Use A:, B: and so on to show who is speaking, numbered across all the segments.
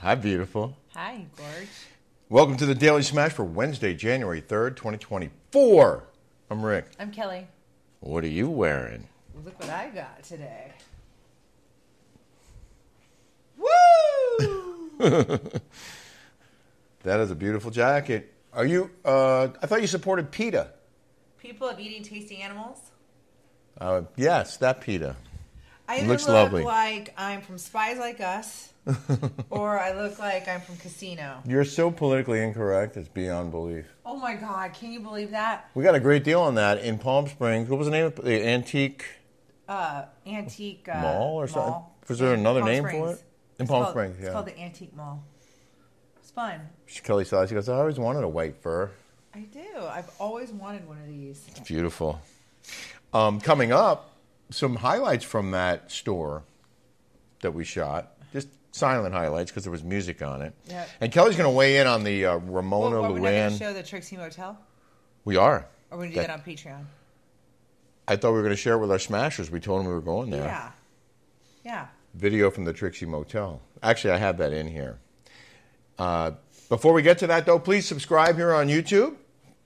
A: Hi, beautiful.
B: Hi, Gorge.
A: Welcome to the Daily Smash for Wednesday, January 3rd, 2024. I'm Rick.
B: I'm Kelly.
A: What are you wearing?
B: Look what I got today. Woo!
A: That is a beautiful jacket. Are you, uh, I thought you supported PETA.
B: People of eating tasty animals.
A: Uh, yes, that PETA.
B: I
A: It
B: either
A: looks
B: look
A: lovely.
B: like I'm from Spies Like Us, or I look like I'm from Casino.
A: You're so politically incorrect, it's beyond belief.
B: Oh my God! Can you believe that?
A: We got a great deal on that in Palm Springs. What was the name of the antique
B: Uh, antique uh,
A: mall or something?
B: mall.
A: Was there another
B: Palm
A: name for
B: Springs.
A: it? In
B: It's
A: Palm
B: called-
A: Springs, yeah.
B: It's called the Antique Mall. It's fun.
A: Kelly saw it. She goes, I always wanted a white fur.
B: I do. I've always wanted one of these.
A: It's beautiful. Um, coming up, some highlights from that store that we shot. Just silent highlights because there was music on it.
B: Yep.
A: And Kelly's going to weigh in on the uh, Ramona
B: Well, are we not going to
A: Luann.
B: show the Trixie Motel?
A: We are.
B: Or we do
A: That-
B: that on Patreon?
A: I thought we were going to share it with our smashers. We told them we were going there.
B: Yeah. Yeah.
A: Video from the Trixie Motel. Actually, I have that in here. Uh, before we get to that, though, please subscribe here on YouTube.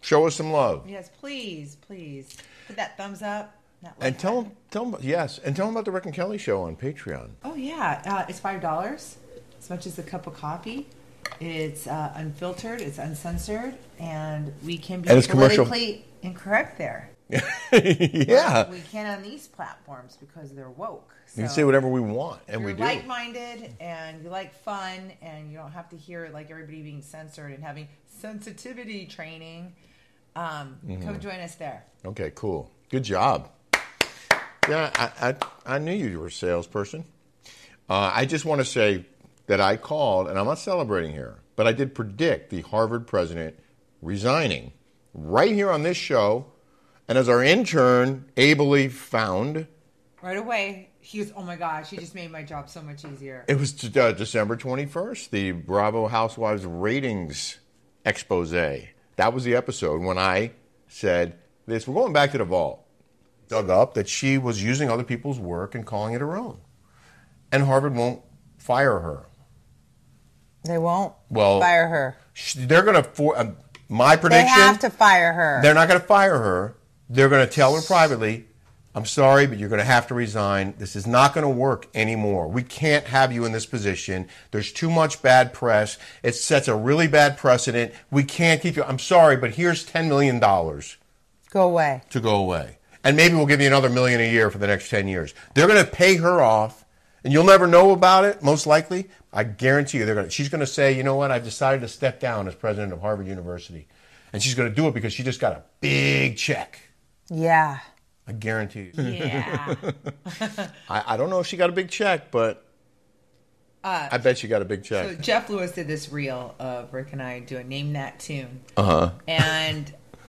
A: Show us some love.
B: Yes, please, please. Put that thumbs up. That
A: And
B: like
A: tell them, tell them, yes, and tell them about the Rick and Kelly show on Patreon.
B: Oh, yeah. Uh, it's $5, as much as a cup of coffee. It's uh, unfiltered, it's uncensored, and we can be
A: And it's commercial.
B: politically incorrect there.
A: yeah.
B: We can on these platforms because they're woke. So
A: We can say whatever we want, and
B: You're
A: we do.
B: like minded and you like fun and you don't have to hear like everybody being censored and having sensitivity training. Um,
A: Mm-hmm.
B: Come join us there.
A: okay, cool. Good job. Yeah, I, I, I knew you were a salesperson. Uh, I just want to say that I called, and I'm not celebrating here, but I did predict the Harvard president resigning right here on this show. And as our intern ably found,
B: Right away, he was, oh my gosh, he just made my job so much easier.
A: it was t- uh, December 21st, the Bravo Housewives ratings expose. That was the episode when I said this. We're going back to the vault. Dug up that she was using other people's work and calling it her own. And Harvard won't fire her.
B: They won't
A: Well-
B: fire her.
A: Sh- They're going to, for, um, my
B: They
A: prediction,
B: have to fire her.
A: they're not going to fire her. They're going to tell her privately, I'm sorry, but you're going to have to resign. This is not going to work anymore. We can't have you in this position. There's too much bad press. It sets a really bad precedent. We can't keep you. I'm sorry, but here's $10 million to
B: Go away.
A: go away. And maybe we'll give you another million a year for the next 10 years. They're going to pay her off. And you'll never know about it, most likely. I guarantee you, they're gonna, she's going to say, you know what, I've decided to step down as president of Harvard University. And she's going to do it because she just got a big check.
B: Yeah.
A: I guarantee you.
B: Mm-hmm. Yeah.
A: I, I don't know if she got a big check, but I bet she got a big check.
B: Uh, so Jeff Lewis did this reel of Rick and I doing Name That Tune. Uh
A: Uh-huh.
B: huh. And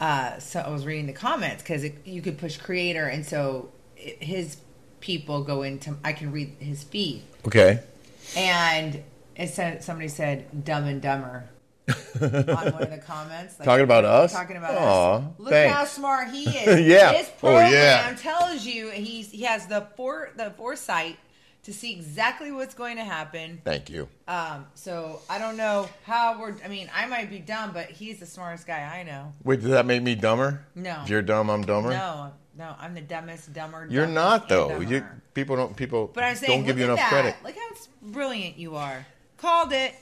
B: uh, so I was reading the comments because you could push creator, and so it, his people go into. I can read his feed,
A: okay.
B: and It said somebody said "Dumb and Dumber" on one of the comments. Like,
A: Talking about us?
B: Talking about us.
A: Aw,
B: Look
A: thanks.
B: how smart he is.
A: Yeah.
B: His
A: Oh,
B: program
A: yeah.
B: tells you he's, he has the for the foresight to see exactly what's going to happen.
A: Thank you.
B: Um, so I don't know how we're. I mean, I might be dumb, but he's the smartest guy I know.
A: Wait, does that make me dumber?
B: No.
A: If you're dumb, I'm dumber.
B: No, no, I'm the dumbest, dumber.
A: You're
B: dumbest,
A: not
B: and
A: though. You,
B: dumber.
A: people don't. People
B: But I'm saying,
A: don't give you
B: look
A: enough
B: at
A: credit.
B: that. Look how s- brilliant you are. Called it.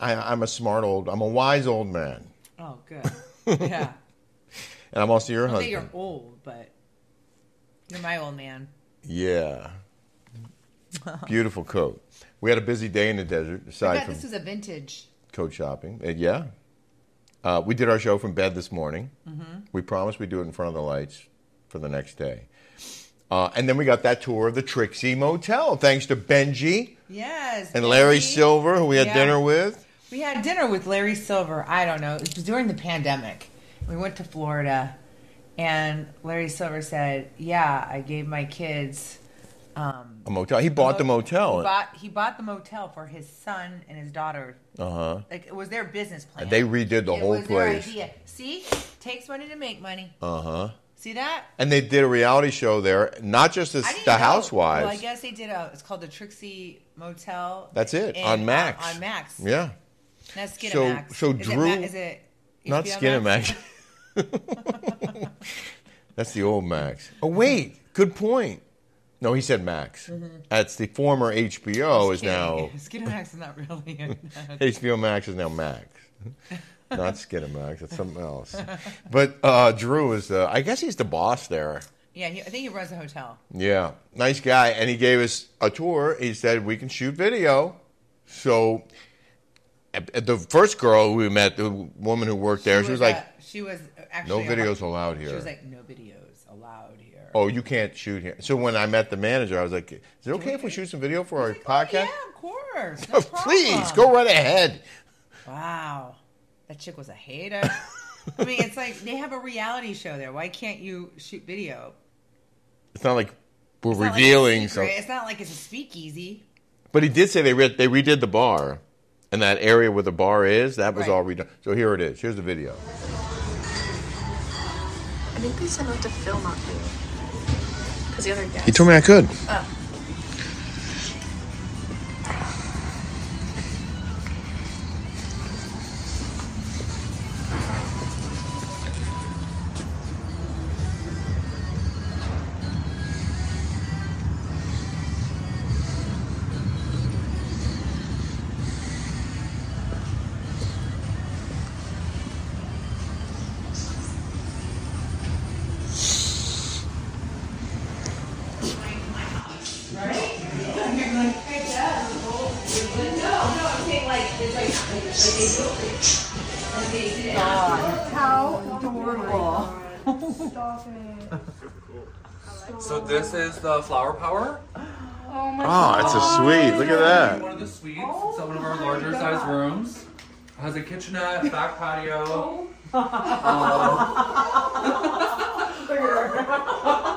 A: I, I'm a smart old. I'm a wise old man,
B: Oh, good. Yeah.
A: and I'm also your
B: I say you're
A: husband.
B: old, but you're my old man.
A: Yeah. Beautiful coat. We had a busy day in the desert. Aside
B: God,
A: from
B: this was a vintage.
A: coat shopping, Uh, yeah. Uh, we did our show from bed this morning.
B: Mm-hmm.
A: We promised we'd do it in front of the lights for the next day. Uh, and then we got that tour of the Trixie Motel, thanks to Benji
B: Yes.
A: and Larry
B: baby.
A: Silver, who we had
B: Yeah.
A: dinner with.
B: We had dinner with Larry Silver. I don't know. It was during the pandemic. We went to Florida, and Larry Silver said, "Yeah, I gave my kids." Um,
A: A motel. He bought the motel.
B: He bought, he bought the motel for his son and his daughter. Uh huh. Like it was their business plan.
A: Uh-huh. And they redid the
B: it
A: whole
B: was their
A: place. Uh-huh.
B: idea. See, takes money to make money. Uh huh. See that?
A: and they did a reality show there, not just as
B: I didn't
A: the
B: know.
A: housewives.
B: Well, I guess they did a. It's called the Trixie Motel.
A: That's it
B: in-
A: on Max.
B: On, Max.
A: Yeah,
B: Not Skinamax.
A: So- so
B: Is it
A: Drew-
B: Ma- is it
A: not
B: HBO
A: Skinamax. That's the old Max. Oh wait, good point. No, he said Max. That's the former HBO is now
B: Skinamax is not really. in that.
A: HBO Max is now Max. Not Skinamax, it's something else. But uh, Drew is the, I guess he's the boss there.
B: yeah, he, I think he runs a hotel.
A: Yeah, nice guy. And he gave us a tour. He said we can shoot video. So uh, the first girl we met, the woman who worked there, she was like,
B: uh, she was
A: "No
B: actually a-
A: videos allowed here."
B: She was like, no videos allowed here.
A: "Oh, you can't shoot here." So when I met the manager, I was like, "Is it okay if we shoot some video for our
B: Like, "Oh,
A: podcast?" Oh,
B: yeah, of course. No
A: Please
B: problem.
A: go right ahead.
B: Wow, that chick was a hater. I mean, it's like they have a reality show there. Why can't you shoot video?
A: It's not like we're
B: It's not like a
A: revealing
B: secret.
A: something.
B: It's not like it's a speakeasy.
A: But he did say they re- they redid the bar, and that area where the bar is, that was
B: Right.
A: all redone. So here it is. Here's the video.
C: I think they sent out to film on you. Because the other guy.
A: He told me I could.
D: So this is the flower power.
A: Oh, it's a sweet. Look at that.
D: One of the suites. it's one of our larger size rooms. It has a kitchenette, back patio. uh,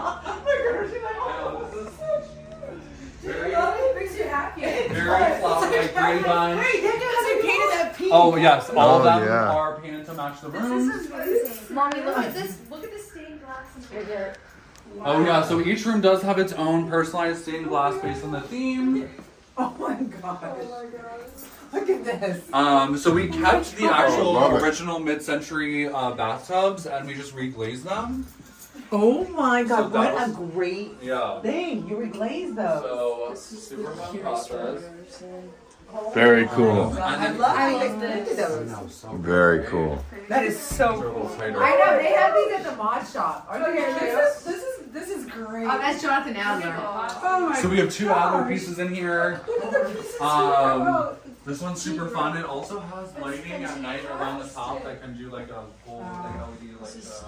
D: Um, Very flower, like grapevine. Oh yes, all
A: Oh,
D: of them
A: yeah.
D: are painted to match the rooms.
E: Mommy, look at this. Look at the stained glass.
D: Oh yeah, so each room does have its own personalized stained glass based on the theme.
B: Oh,
D: Oh,
B: Look at this.
D: Um, so we kept the actual
A: Oh, love it.
D: original mid-century uh, bathtubs, and we just reglazed them.
B: Oh my god,
D: So that was-
B: great
D: Yeah.
B: thing. You reglazed those.
D: So super fun process.
A: Very cool.
D: And then-
B: I like look at those.
A: Very cool.
B: That is so cool.
D: Tighter.
B: know they have these at the mod shop. Are they Uh, this, is, this is this is great.
E: Oh, that's Jonathan Adler.
D: So we have two outdoor pieces in here. Um, this one's super fun. It also has lighting at night around the top that can do like a whole like LED like so.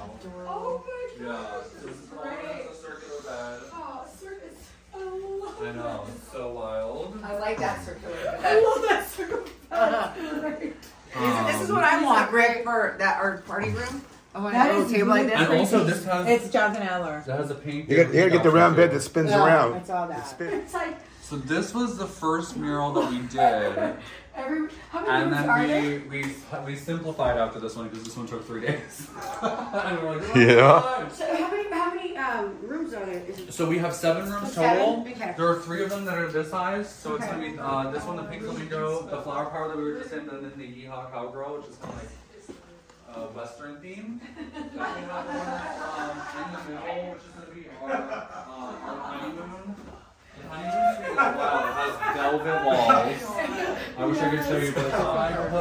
E: Oh my
D: Yeah. So this is all in a circular bed.
E: god, sir, it's- um, I love
D: I know. It's so wild.
E: I like that circular.
B: this is what I want, Rick, for that our party room. I want a little table like this.
D: And
B: where you
D: also
B: can-
D: this has
B: Jonathan Adler.
D: that has a paint.
A: Oh.
F: You gotta, you gotta get the round bed that spins around.
E: It's like
D: So this was the first mural that we did,
E: Every, how many
D: and
E: rooms are there?
D: then we we we simplified after this one because this one took three days. and we're like, oh,
A: Yeah.
D: God.
E: So how many how many um, rooms are there? Is it
D: So we have seven rooms
E: Seven?
D: total.
E: Okay.
D: There are three of them that are this size. So it's
E: Okay.
D: gonna be uh, this one, the pink flamingo, the flower power that we were just in, and then the yeehaw cowgirl, which is kind of like uh, western theme. Then we have one um, in the middle, which is gonna be our, uh, our honeymoon. The honeymoon suite as well has velvet walls. I wish I could show you, but it's not.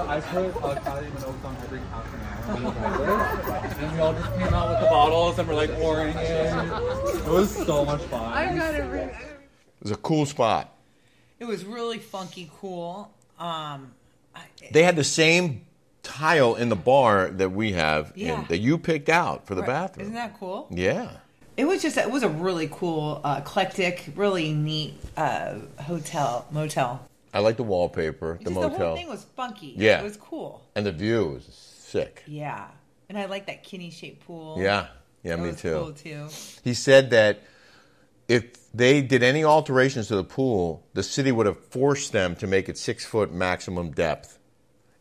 D: I put, I put uh, Kylie Minogue on every half an hour. And we all just came out with the bottles and we're like pouring it. It was so much fun.
A: It was a cool spot.
B: It was really funky, cool. Um,
A: They had the same tile in the bar that we have in-
B: Yeah.
A: that you picked out for the bathroom.
B: isn't that cool?
A: Yeah.
B: It was just it was a really cool, uh, eclectic, really neat uh, hotel motel.
A: I like the wallpaper, the
B: just
A: motel,
B: the whole thing was funky.
A: Yeah.
B: it was cool.
A: and the view was sick.
B: Yeah, and I like that kidney shaped pool.
A: Yeah. Yeah,
B: That
A: me
B: was
A: too.
B: Cool too.
A: He said that if they did any alterations to the pool, the city would have forced them to make it six foot maximum depth.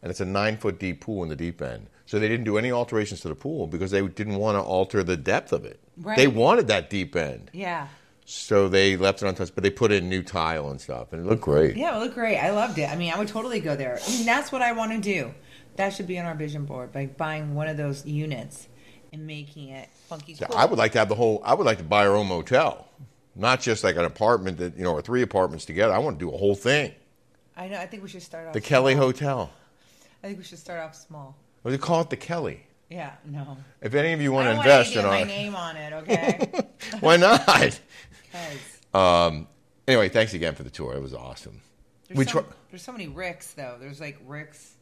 A: And it's a nine foot deep pool in the deep end. So they didn't do any alterations to the pool because they didn't want to alter the depth of it.
B: Right.
A: They wanted that deep end.
B: Yeah,
A: So they left it untouched, but they put in new tile and stuff, and it looked great.
B: yeah, it looked great. I loved it. I mean, I would totally go there. I mean, that's what I want to do. That should be on our vision board by buying one of those units and making it funky. Cool.
A: I would like to have the whole. I would like to buy our own motel, not just like an apartment that you know, or three apartments together. I want to do a whole thing.
B: I know. I think we should start off.
A: The Kelly
B: small.
A: Hotel.
B: I think we should start off small.
A: Or they call it the Kelly.
B: Yeah. No.
A: If any of you
B: I
A: want to
B: don't want
A: invest
B: any
A: in
B: of my
A: our,
B: name on it. Okay.
A: why not?
B: 'Cause-
A: Um, anyway, thanks again for the tour. It was awesome.
B: There's,
A: we
B: so,
A: try-
B: there's so many Ricks though. There's like Ricks.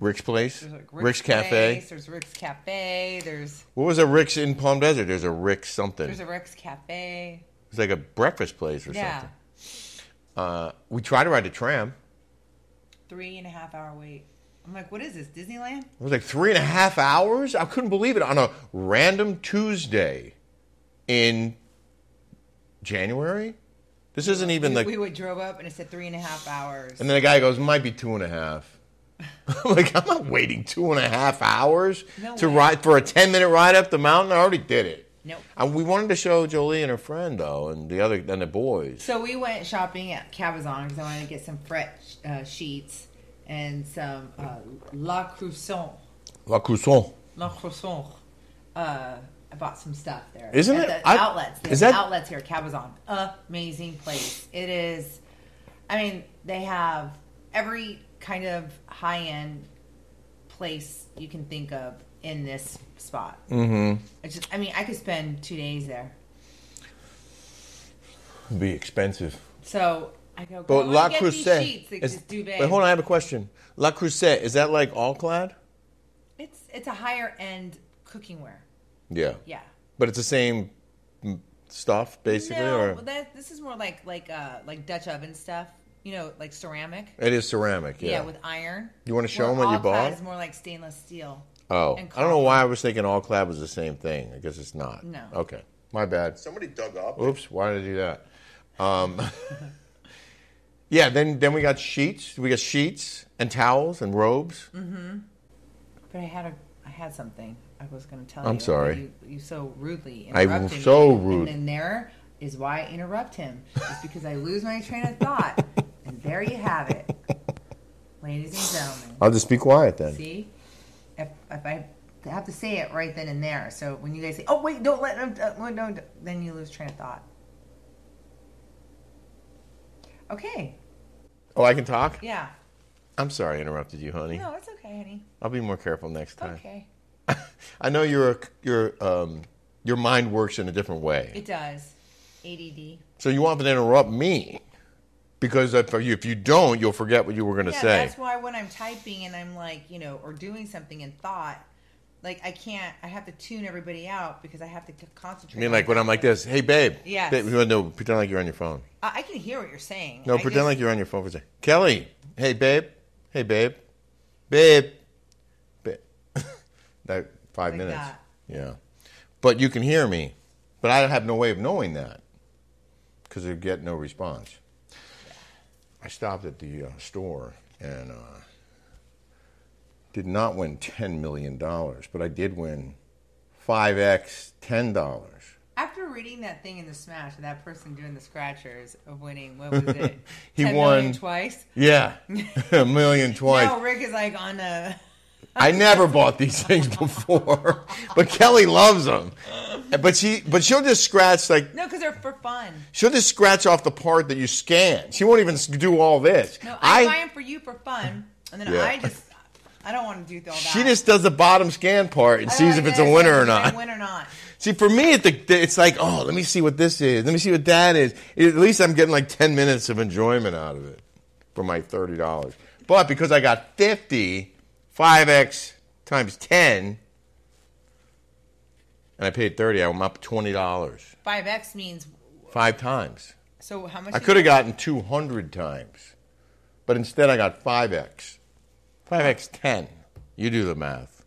A: Rick's Place,
B: There's like
A: Rick's, Cafe.
B: Place, there's Rick's Cafe. There's
A: What was a Rick's in Palm Desert? There's a Rick's something.
B: there's a Rick's Cafe.
A: it's like a breakfast place or
B: Yeah,
A: something. Uh, we tried to ride the tram.
B: three and a half hour wait. I'm like, what is this Disneyland?
A: It was like three and a half hours. I couldn't believe it on a random Tuesday in January. This isn't even
B: we,
A: like.
B: we would drove up and it said three and a half hours.
A: and then the guy goes, "Might be two and a half." I'm like, I'm not waiting two and a half hours
B: No
A: to
B: way.
A: ride for a ten minute ride up the mountain. I already did it.
B: Nope.
A: And we wanted to show Jolie and her friend though, and the other and the boys.
B: so we went shopping at Cabazon because I wanted to get some fret uh, sheets and some uh, La Croissant.
A: La Cousson.
B: La Croissant. Uh, I bought some stuff there.
A: Isn't
B: At
A: it?
B: The
A: I-
B: outlets. They
A: is
B: have
A: that-
B: outlets here? Cabazon, amazing place. It is. I mean, they have every kind of high end place you can think of in this spot. Mm-hmm. It's just, I mean, I could spend two days there.
A: It'd be expensive.
B: So I go.
A: But
B: go
A: La
B: and get these
A: Crusade.
B: sheets. Like,
A: is-
B: just duvet.
A: But hold on, I have a question. La Crusade is that like all clad?
B: It's it's a higher end cooking wear.
A: Yeah.
B: Yeah.
A: But it's the same mm, stuff basically,
B: No,
A: or
B: that, this is more like like uh like Dutch oven stuff. You know, like ceramic.
A: it is ceramic. Yeah.
B: Yeah, with iron.
A: You wanna show
B: Where
A: 'em what you
B: all clad
A: bought?
B: Is more like stainless steel.
A: oh,
B: and
A: I don't know why I was thinking all clad was the same thing. I guess it's not.
B: No.
A: Okay, my bad. Somebody dug up. Oops, why did I do that? Um, yeah. Then then we got sheets. We got sheets and towels and robes.
B: Mm-hmm. But I had a, I had something I was going to tell you.
A: I'm
B: but
A: sorry.
B: You, you so rudely
A: I
B: interrupted
A: was so
B: me.
A: rude.
B: And then there is why I interrupt him. It's because I lose my train of thought, and there you have it, ladies and gentlemen.
A: I'll just be quiet then.
B: See, if if I have to say it right then and there. So when you guys say, "Oh wait, don't let him," uh, no, no," then you lose train of thought. Okay.
A: Oh, I can talk.
B: Yeah.
A: I'm sorry, I interrupted you, honey.
B: No, it's okay, honey.
A: I'll be more careful next time.
B: Okay.
A: I know your your um, your mind works in a different way.
B: It does. ADD.
A: So you often interrupt me because if you, if you don't, you'll forget what you were going to
B: Yeah,
A: say.
B: that's why when I'm typing and I'm like, you know, or doing something in thought, like I can't, I have to tune everybody out because I have to c-
A: I
B: concentrate.
A: mean,
B: on
A: like when I'm like this, hey babe,
B: Yes.
A: babe, you want to pretend like you're on your phone.
B: I, I can hear what you're saying.
A: No,
B: I
A: pretend
B: just-
A: like you're on your phone for a second. Kelly, hey babe, hey babe, babe, babe. that five
B: Like
A: minutes.
B: that.
A: Yeah, but you can hear me, but I have no way of knowing that because you get no response. I stopped at the uh, store and uh, did not win $10 million, but I did win 5x $10.
B: After reading that thing in the Smash, of that person doing the scratchers of winning, what was it?
A: He
B: 10 million
A: won-
B: twice.
A: Yeah, a million twice.
B: Now Rick is like on a.
A: I never bought these things before, but Kelly loves them. But she, but she'll just scratch like
B: No, because they're for fun.
A: she'll just scratch off the part that you scan. She won't even s- do all this.
B: No, I, buy them for you for fun, and then
A: Yeah.
B: I just I don't want to do all that.
A: she just does the bottom scan part and
B: I don't
A: sees
B: like
A: if it's
B: this,
A: a winner or
B: if it's
A: not.
B: a Winner or not.
A: See, for me, it the, it's like, oh, let me see what this is. Let me see what that is. At least I'm getting like 10 minutes of enjoyment out of it for my $30. But because I got 50, 5x times 10, and I paid 30, I'm up $20
B: Five X means
A: five times.
B: so how much?
A: I
B: you-
A: could have gotten 200 times, but instead I got 5x. 5x 10. You do the math.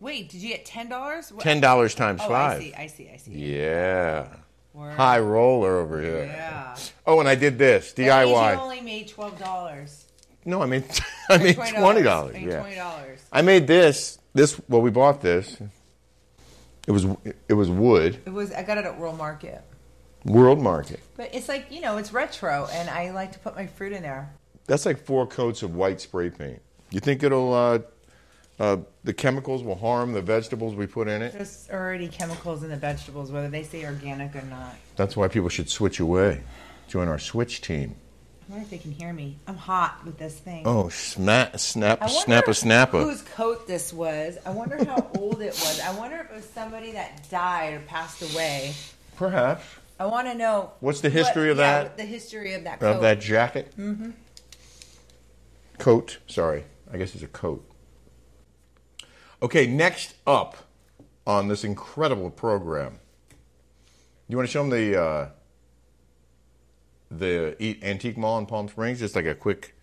B: Wait, did you get ten dollars?
A: $10 times
B: Oh,
A: 5.
B: I see. I see. I see.
A: Yeah.
B: Word.
A: High roller over here.
B: Yeah.
A: Oh, and I did this
B: That means
A: DIY.
B: You only made twelve dollars.
A: no, I made I made twenty dollars.
B: Made
A: Yeah,
B: twenty dollars.
A: I made this. This well, we bought this. It was it was wood
B: It was I got it at World Market,
A: World Market.
B: but it's like you know it's retro, and I like to put my fruit in there.
A: That's like four coats of white spray paint. You think it'll uh, uh, the chemicals will harm the vegetables we put in it?
B: There's already chemicals in the vegetables, whether they say organic or not.
A: That's why people should switch away. Join our switch team.
B: I wonder if they can hear me. I'm hot with this thing.
A: Oh, snap, snap,
B: I wonder
A: snappa, snappa.
B: Whose coat this was? I wonder how old it was. I wonder if it was somebody that died or passed away.
A: Perhaps
B: I want to know
A: What's the history of
B: yeah,
A: that?
B: The history of that coat.
A: of that jacket. Mm-hmm. Coat. Sorry, I guess it's a coat. Okay, next up on this incredible program, you want to show them the uh, the E- antique mall in Palm Springs? Just like a quick.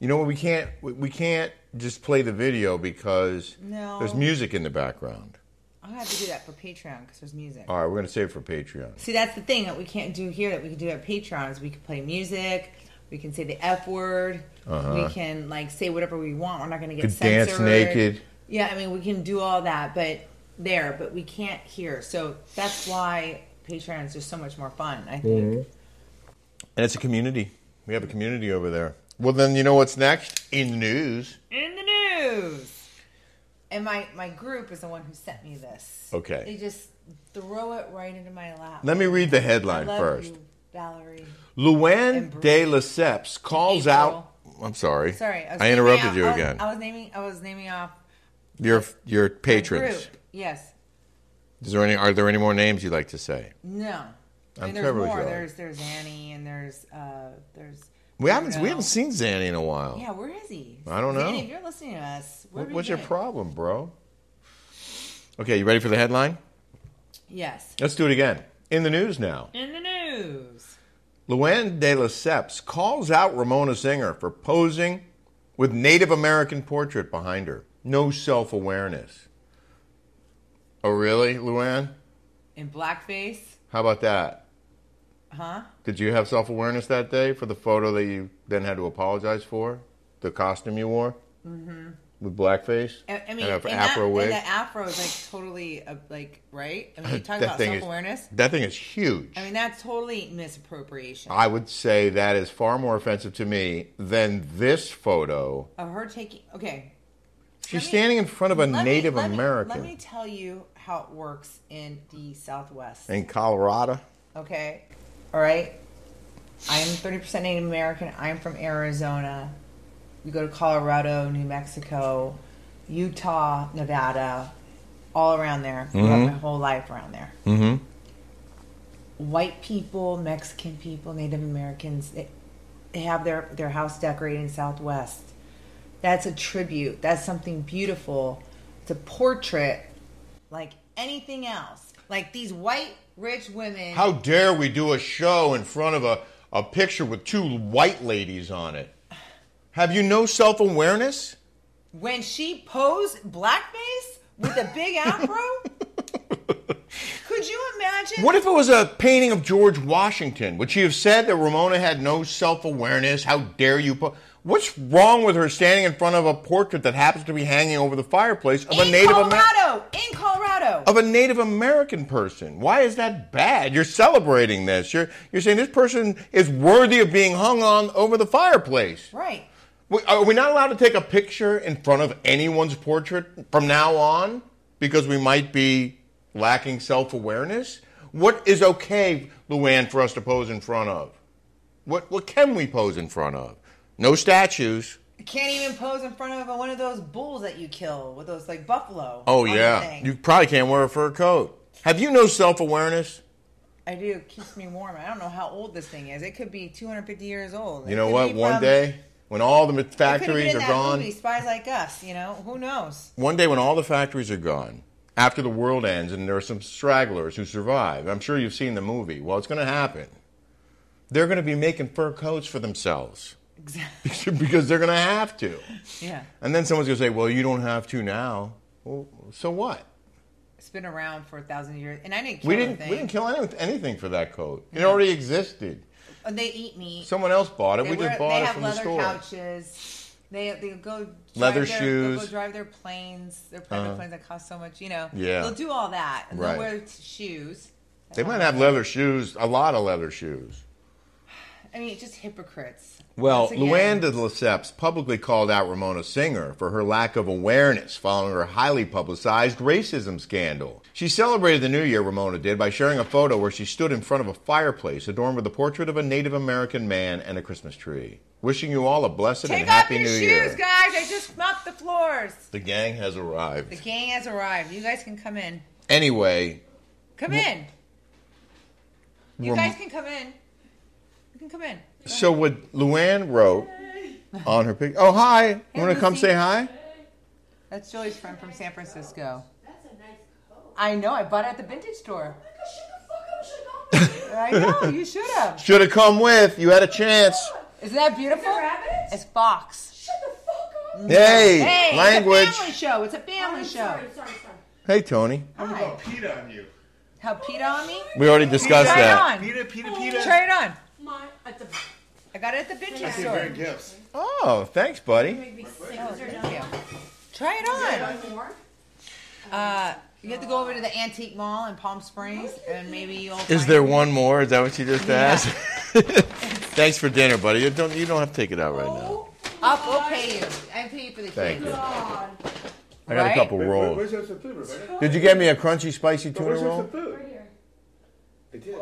A: You know what? We can't we- we can't just play the video because
B: No.
A: there's music in the background.
B: I have to do that for Patreon because there's music.
A: All right, we're gonna save it for Patreon.
B: See, that's the thing that we can't do here that we can do at Patreon is we can play music, we can say the F word, we can like say whatever we want. We're not going to get
A: Uh-huh. Could dance
B: censored.
A: naked.
B: Yeah, I mean we can do all that, but there, but we can't here. So that's why Patreon is just so much more fun. I think.
A: And it's a community. We have a community over there. Well, then you know what's next in the news.
B: in the news. And my my group is the one who sent me this.
A: Okay.
B: They just throw it right into my lap.
A: Let me read the
B: I
A: headline
B: love
A: first.
B: you, Valerie.
A: Luann
B: And Bruce.
A: de Lesseps calls
B: April.
A: out. I'm sorry.
B: Sorry,
A: I,
B: was oh, naming
A: interrupted
B: out-
A: you
B: I was-
A: again.
B: I was naming I was naming off
A: your your
B: my
A: patrons.
B: group. Yes.
A: Is there any? Are there any more names you'd like to say?
B: No.
A: I'm
B: and there's
A: covered with
B: more.
A: y'all.
B: There's there's Annie and there's uh there's
A: We haven't we
B: Bruno.
A: haven't seen Zanny in a while.
B: Yeah, where is he?
A: I don't
B: Zanny,
A: know.
B: if you're listening to us,
A: What-
B: where have you
A: what's your
B: been?
A: problem, bro? Okay, you ready for the headline?
B: Yes.
A: Let's do it again. In the news now.
B: In the news.
A: Luann de Lesseps calls out Ramona Singer for posing with Native American portrait behind her. No self awareness. Oh, really, Luann?
B: In blackface.
A: How about that? Huh? Did you have self awareness that day for the photo that you then had to apologize for? The costume you wore? Mm-hmm. With blackface?
B: I I mean,
A: and
B: and,
A: a
B: that,
A: afro
B: and
A: wig?
B: that afro is like totally, uh, like, right? I mean, you talk
A: That
B: about
A: thing is-
B: self awareness.
A: That thing is huge.
B: I mean, that's totally misappropriation
A: I would say that is far more offensive to me than this photo.
B: of her taking. Okay.
A: She's
B: let me-
A: standing in front of a
B: let me-
A: Native
B: let me-
A: American.
B: let me tell you how it works in the Southwest.
A: in Colorado.
B: Okay. All right. I'm 30% Native American. I'm from Arizona. You go to Colorado, New Mexico, Utah, Nevada, all around there. Grew up my whole life around there. Mm-hmm. White people, Mexican people, Native Americans, they, they have their, their house decorated in Southwest. That's a tribute. That's something beautiful. It's a portrait like anything else. Like these white, rich women.
A: How dare we do a show in front of a, a picture with two white ladies on it? Have you no self awareness?
B: when she posed blackface with a big afro? Could Could you imagine?
A: What if it was a painting of George Washington? Would she have said that Ramona had no self awareness? How dare you? Po- What's wrong with her standing in front of a portrait that happens to be hanging over the fireplace of a
B: in
A: Native American?
B: Colorado? in Colorado.
A: of a Native American person. Why is that bad? You're celebrating this. You're you're saying this person is worthy of being hung on over the fireplace.
B: right.
A: We- Are we not allowed to take a picture in front of anyone's portrait from now on because we might be lacking self-awareness? What is okay, Luann, for us to pose in front of? What what can we pose in front of? No statues.
B: You can't even pose in front of one of those bulls that you kill with those like buffalo.
A: Oh
B: on the
A: yeah,
B: thing.
A: you probably can't wear a fur coat. Have you no self-awareness?
B: I do. It keeps me warm. I don't know how old this thing is. It could be 250 years old. It
A: You know
B: could
A: what?
B: be
A: One
B: from-
A: day, when all the ma-
B: it could have been
A: factories
B: in
A: are
B: that
A: gone,
B: Movie, Spies Like Us. You know who knows?
A: one day when all the factories are gone, after the world ends, and there are some stragglers who survive. I'm sure you've seen the movie. Well, it's going to happen. They're going to be making fur coats for themselves
B: Exactly.
A: because they're going to have to.
B: Yeah.
A: And then someone's going to say, "Well, you don't have to now." Well, so what?
B: It's been around for a thousand years, and I didn't. Kill
A: We didn't.
B: Anything.
A: We didn't kill any, anything for that coat. It already existed.
B: And Oh, they eat meat.
A: Someone else bought it.
B: they
A: we
B: wear-
A: just bought
B: they
A: it
B: have
A: from the
B: leather
A: store.
B: couches. They they go drive
A: Leather
B: their,
A: shoes. Uh-huh.
B: They'll go drive their planes. Their private planes that cost so much. You know.
A: Yeah.
B: They'll do all that. And
A: Right.
B: They'll wear t- shoes.
A: They might have leather shoes. A lot of leather shoes.
B: I mean, it's just hypocrites.
A: Well,
B: Once again,
A: Luann de Lesseps publicly called out Ramona Singer for her lack of awareness following her highly publicized racism scandal. She celebrated the new year, Ramona did, by sharing a photo where she stood in front of a fireplace adorned with a portrait of a Native American man and a Christmas tree. Wishing you all a blessed
B: Take
A: and happy
B: off your
A: new
B: shoes,
A: year.
B: guys. I just mopped the floors.
A: The gang has
B: The
A: arrived.
B: gang has arrived. You guys can come in.
A: Anyway,
B: Come in. You
A: Rem-
B: guys can come in. You can come in.
A: so what Luann wrote on her picture. Oh, hi. you want to come
B: Lucy.
A: say hi?
B: That's Julie's friend from San Francisco. That's a nice coat. I know. I bought it at the vintage store.
E: Oh
B: I know. You should have.
A: Should have come with. You had a chance.
B: Isn't that beautiful? It's Fox.
A: Hey,
B: Hey,
A: language.
B: It's a family show. It's a family show.
A: Hey, Tony.
B: Hi.
F: Pita on you.
B: How PETA on me?
A: We already discussed
B: Try
A: that.
B: it on.
F: Pita, pita, pita.
B: Try it on.
E: Oh. My, at the,
B: I got it at the vintage
F: They're
B: store.
F: very gifts.
A: Oh, thanks, buddy.
E: make me sick.
B: Oh, thank you. Try it on.
E: More?
B: Uh, you have to go over to the antique mall in Palm Springs, and maybe you'll.
A: Is
B: find-
A: there one more? Is that what you just asked? thanks for dinner, buddy. You don't you don't have to take it out right now.
B: Up, we'll pay you. I pay you for the
A: Thank
B: cake.
A: you.
E: God.
A: I got a
B: Right?
A: couple
F: Wait, wait,
A: rolls.
F: where's that food, Rebecca?
A: Did you get me a crunchy spicy tuna
F: Where's that
A: roll?
F: food? Right here. They did.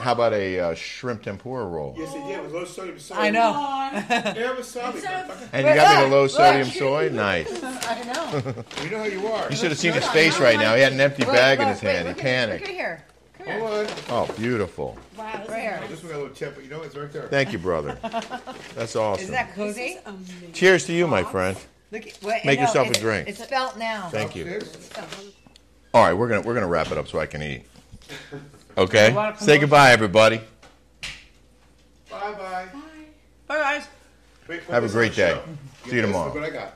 A: How about a uh, shrimp tempura roll?
F: Yes, they did. With low sodium soy.
B: I know.
F: Yeah, wasabi. motherfucker.
A: And you got me the low
B: Look,
A: sodium
B: look.
A: soy. Nice.
B: I know.
F: You know how you are.
A: You should have seen his face right now. He had an empty
B: Look,
A: bag in
B: look,
A: his
B: wait,
A: hand. He
B: Look at, look at
A: panicked.
B: here. Come here.
F: Hold on.
A: Oh, beautiful.
E: Wow.
B: Right here.
F: This one got a little tip, but you know it's right there.
A: Thank you, brother. That's
B: Isn't
A: awesome.
B: that cozy?
A: Cheers to you, my friend.
B: um, Look at, wait,
A: Make
B: no,
A: yourself a
B: it's-
A: drink.
B: It's felt now.
A: Thank you.
F: Cheers.
A: All right, we're gonna we're gonna wrap it up so I can eat.
B: You
A: Okay.
B: want a
A: Say goodbye, everybody.
F: Bye bye.
B: Bye guys.
F: Wait,
A: Have a
F: what's
A: great
F: the
A: day.
F: show?
A: See you
F: Yes,
A: tomorrow.
F: Look what I got.